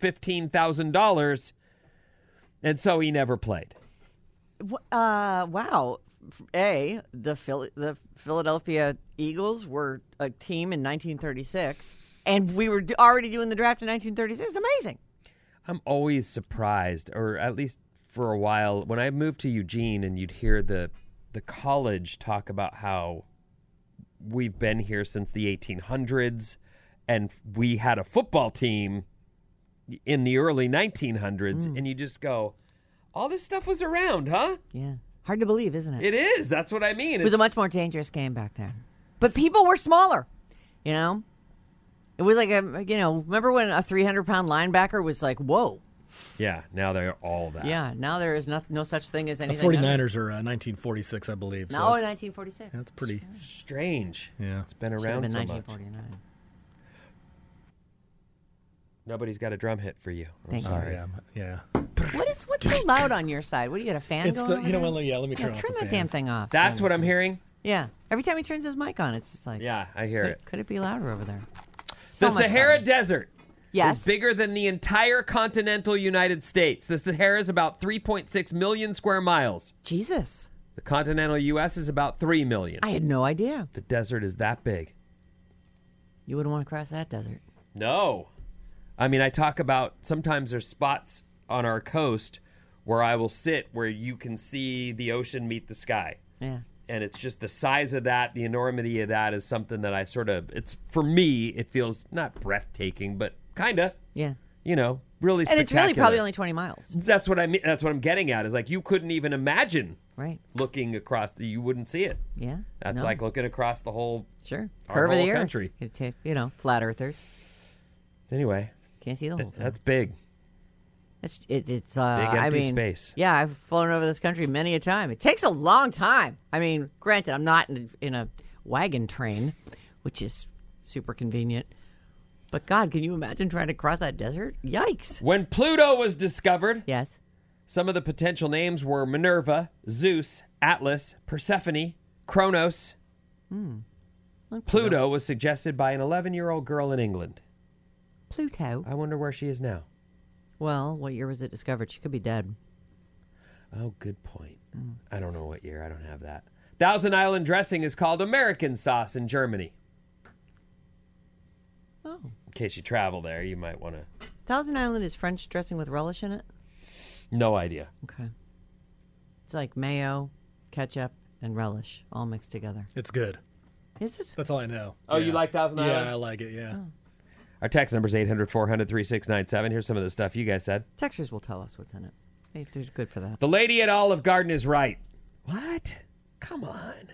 Speaker 3: $15,000 and so he never played.
Speaker 2: Wh- Uh, wow. F- A, the, Phil- the Philadelphia Eagles were a team in 1936, and we were d- already doing the draft in 1936. It's amazing.
Speaker 3: I'm always surprised, or at least for a while, when I moved to Eugene and you'd hear the the college talk about how we've been here since the 1800s and we had a football team in the early 1900s
Speaker 2: Mm.
Speaker 3: and you just go all this stuff was around huh
Speaker 2: Yeah. Hard to believe, isn't
Speaker 3: it is that's what i mean
Speaker 2: It was a
Speaker 3: It's-
Speaker 2: much more dangerous game back then. But people were smaller, you know? It was like, a, you know, remember when a 300 pound linebacker was like, whoa.
Speaker 3: yeah now they're all that
Speaker 2: Yeah, now there is no, no such thing as
Speaker 5: The
Speaker 2: anything.
Speaker 5: 49ers are uh, 1946, I believe. So
Speaker 2: No, in
Speaker 5: it's-
Speaker 2: 1946.
Speaker 5: that's pretty.
Speaker 3: strange
Speaker 5: Yeah.
Speaker 3: it's been
Speaker 2: Should have
Speaker 3: around
Speaker 2: been
Speaker 3: so much
Speaker 2: 1949.
Speaker 3: nobody's got a drum hit for you I'm
Speaker 2: Thank you.
Speaker 3: sorry
Speaker 5: Yeah, I'm- yeah.
Speaker 2: What is what's so loud on your side? What do you got a fan
Speaker 5: It's
Speaker 2: going?
Speaker 5: the
Speaker 2: over
Speaker 5: you know
Speaker 2: there?
Speaker 5: what? Yeah, let me
Speaker 2: Yeah,
Speaker 5: turn, off
Speaker 2: turn
Speaker 5: the
Speaker 2: that
Speaker 5: fan.
Speaker 2: damn thing off.
Speaker 3: that's
Speaker 2: man.
Speaker 3: what i'm hearing
Speaker 2: Yeah, every time he turns his mic on, it's just like,
Speaker 3: yeah i hear
Speaker 2: could,
Speaker 3: it
Speaker 2: could it be louder over there?
Speaker 3: The
Speaker 2: So much
Speaker 3: Sahara
Speaker 2: better.
Speaker 3: Desert
Speaker 2: Yes.
Speaker 3: is bigger than the entire continental United States. The Sahara is about 3.6 million square miles.
Speaker 2: Jesus,
Speaker 3: The continental U.S. is about 3 million.
Speaker 2: I had no idea.
Speaker 3: the desert is that big.
Speaker 2: You wouldn't want to cross that desert.
Speaker 3: No. I mean, I talk about sometimes there's spots on our coast where I will sit where you can see the ocean meet the sky.
Speaker 2: Yeah.
Speaker 3: And it's just the size of that, the enormity of that is something that I sort of it's for me it feels not breathtaking but kind of.
Speaker 2: Yeah.
Speaker 3: You know, really
Speaker 2: and it's really probably
Speaker 3: spectacular.
Speaker 2: only 20 miles.
Speaker 3: That's what I mean that's what I'm getting at is like you couldn't even imagine
Speaker 2: Right.
Speaker 3: looking across the you wouldn't see it.
Speaker 2: Yeah.
Speaker 3: That's
Speaker 2: No.
Speaker 3: like looking across the whole
Speaker 2: Sure.
Speaker 3: our
Speaker 2: Curve of
Speaker 3: whole
Speaker 2: the earth.
Speaker 3: country.
Speaker 2: You ta- You know, flat earthers.
Speaker 3: Anyway,
Speaker 2: Can't see the
Speaker 3: th-
Speaker 2: whole thing.
Speaker 3: that's big.
Speaker 2: It's it, it's uh, I
Speaker 3: empty
Speaker 2: mean,
Speaker 3: space.
Speaker 2: Yeah, I've flown over this country many a time. It takes a long time. I mean, granted, I'm not in, in a wagon train, which is super convenient. But God, can you imagine trying to cross that desert? Yikes!
Speaker 3: When Pluto was discovered,
Speaker 2: Yes.
Speaker 3: some of the potential names were Minerva, Zeus, Atlas, Persephone, Kronos. Pluto was suggested by an 11 year old girl in England.
Speaker 2: Pluto.
Speaker 3: I wonder where she is now.
Speaker 2: Well, what year was it discovered? She could be dead.
Speaker 3: Oh, good point.
Speaker 2: Hmm.
Speaker 3: I don't know what year. I don't have that. Thousand Island dressing is called American sauce in Germany.
Speaker 2: Oh.
Speaker 3: In case you travel there, you might want to.
Speaker 2: Thousand Island is French dressing with relish in it.
Speaker 3: No idea.
Speaker 2: Okay. It's like mayo, ketchup, and relish all mixed together.
Speaker 5: It's good.
Speaker 2: Is it?
Speaker 5: That's all I know.
Speaker 3: Oh, you like Thousand Island?
Speaker 5: Yeah, I like it. Yeah.
Speaker 2: Oh.
Speaker 3: Our text number is 800 400 3697. Here's some of the stuff you guys said.
Speaker 2: Textures will tell us what's in it. They- They're good for that.
Speaker 3: The lady at Olive Garden is right. What? Come on.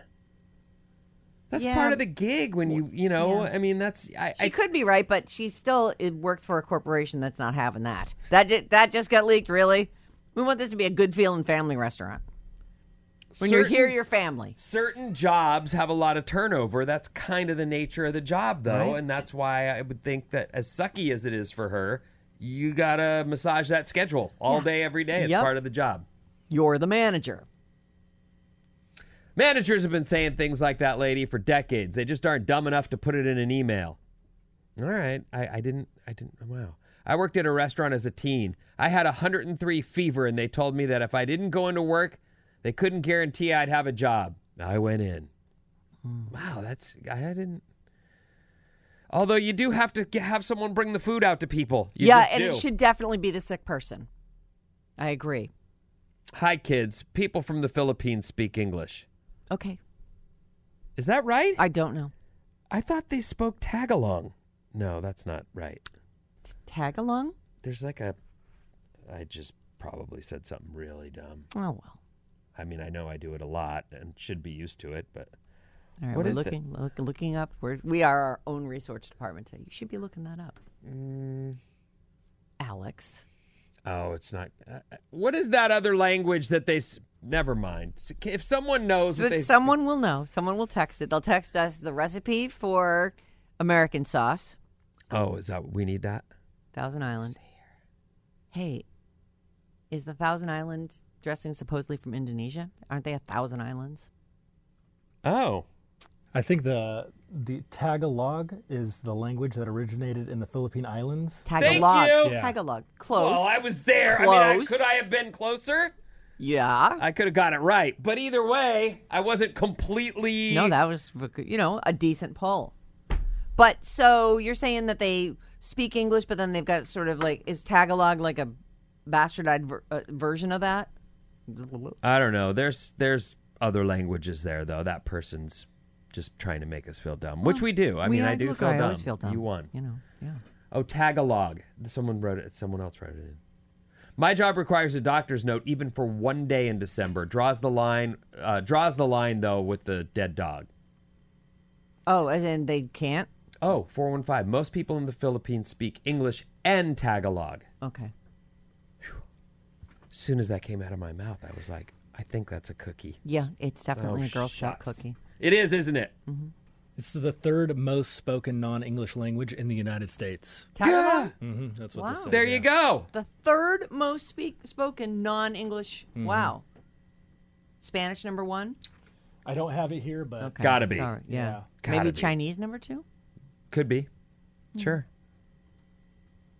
Speaker 3: That's
Speaker 2: Yeah.
Speaker 3: part of the gig when you, you know, I mean, that's, I,
Speaker 2: She
Speaker 3: I
Speaker 2: could be right, but she still it works for a corporation that's not having that. That did, that just got leaked. Really, we want this to be a good feeling family restaurant. When you're here,
Speaker 3: Certain-
Speaker 2: your family.
Speaker 3: certain jobs have a lot of turnover. That's kind of the nature of the job, though. And that's why I would think that as sucky as it is for her, you got to massage that schedule all day, every day. It's
Speaker 2: Yep.
Speaker 3: part of the job.
Speaker 2: You're the manager.
Speaker 3: Managers have been saying things like that lady for decades. They just aren't dumb enough to put it in an email. All right, I, I didn't. I didn't. Wow. I worked at a restaurant as a teen. I had 103 fever, and they told me that if I didn't go into work, they couldn't guarantee I'd have a job. I went in.
Speaker 2: Hmm.
Speaker 3: Wow, that's. I didn't. Although you do have to g- have someone bring the food out to people. You
Speaker 2: yeah,
Speaker 3: just
Speaker 2: and
Speaker 3: do.
Speaker 2: it should definitely be the sick person. I agree.
Speaker 3: Hi, kids. People from the Philippines speak English.
Speaker 2: Okay,
Speaker 3: Is that right?
Speaker 2: I don't know.
Speaker 3: I thought they spoke Tagalog. No, that's not right.
Speaker 2: Tag along.
Speaker 3: There's like a. I just probably said something really dumb.
Speaker 2: Oh well.
Speaker 3: I mean, I know I do it a lot and should be used to it, but
Speaker 2: All right,
Speaker 3: What
Speaker 2: we're
Speaker 3: is that?
Speaker 2: looking look, looking up. We're, we are our own research department today. You should be looking that up, Alex.
Speaker 3: mm, oh, it's not. Uh, uh, what is that other language that they? s- Never mind. S- If someone knows what
Speaker 2: But
Speaker 3: they,
Speaker 2: someone will know. Someone will text it. They'll text us the recipe for American sauce,
Speaker 3: oh, is that we need that?
Speaker 2: Thousand Island. Hey, is the Thousand Island dressing supposedly from Indonesia? Aren't they a thousand islands?
Speaker 3: Oh,
Speaker 5: I think the the Tagalog is the language that originated in the Philippine Islands.
Speaker 3: Thank
Speaker 2: Tagalog.
Speaker 3: you.
Speaker 5: Yeah.
Speaker 2: Tagalog. Close.
Speaker 3: well, I was there. I mean, I,
Speaker 2: Close.
Speaker 3: could I have been closer?
Speaker 2: Yeah.
Speaker 3: I could have got it right, but either way, I wasn't completely.
Speaker 2: No, that was you know a decent poll. But so you're saying that they speak English, but then they've got sort of like is Tagalog like a bastardized ver- uh, version of that?
Speaker 3: I don't know. There's there's other languages there though. That person's just trying to make us feel dumb, which we do. I
Speaker 2: We-
Speaker 3: mean, I do
Speaker 2: look,
Speaker 3: feel,
Speaker 2: I
Speaker 3: dumb.
Speaker 2: always feel dumb.
Speaker 3: You won.
Speaker 2: You know. Yeah.
Speaker 3: Oh, Tagalog. Someone wrote it. Someone else wrote it in. My job requires a doctor's note even for one day in December. Draws the line. Uh, draws the line though with the dead dog.
Speaker 2: Oh, as in they can't.
Speaker 3: Oh, 415. Most people in the Philippines speak English and Tagalog.
Speaker 2: Okay.
Speaker 3: As soon as that came out of my mouth, I was like, I think that's a cookie.
Speaker 2: Yeah, it's definitely
Speaker 3: Oh,
Speaker 2: a Girl Scout
Speaker 3: shucks.
Speaker 2: cookie.
Speaker 3: It is, isn't it?
Speaker 5: It's the third most spoken non-English language in the United States.
Speaker 2: Tagalog,
Speaker 5: hmm That's what this
Speaker 2: Wow.
Speaker 5: says,
Speaker 3: There
Speaker 5: yeah.
Speaker 3: you go.
Speaker 2: the third most speak- spoken non-English.
Speaker 3: Mm-hmm.
Speaker 2: Wow. Spanish number one.
Speaker 5: I don't have it here, but
Speaker 2: Okay.
Speaker 3: Uh, Gotta be.
Speaker 2: Sorry, yeah.
Speaker 5: Yeah.
Speaker 3: Gotta
Speaker 2: Maybe
Speaker 3: be.
Speaker 2: Chinese number two.
Speaker 3: Could be. Sure.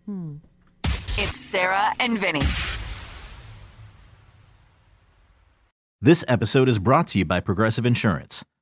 Speaker 2: Hmm.
Speaker 1: It's Sarah and Vinny.
Speaker 7: This episode is brought to you by Progressive Insurance.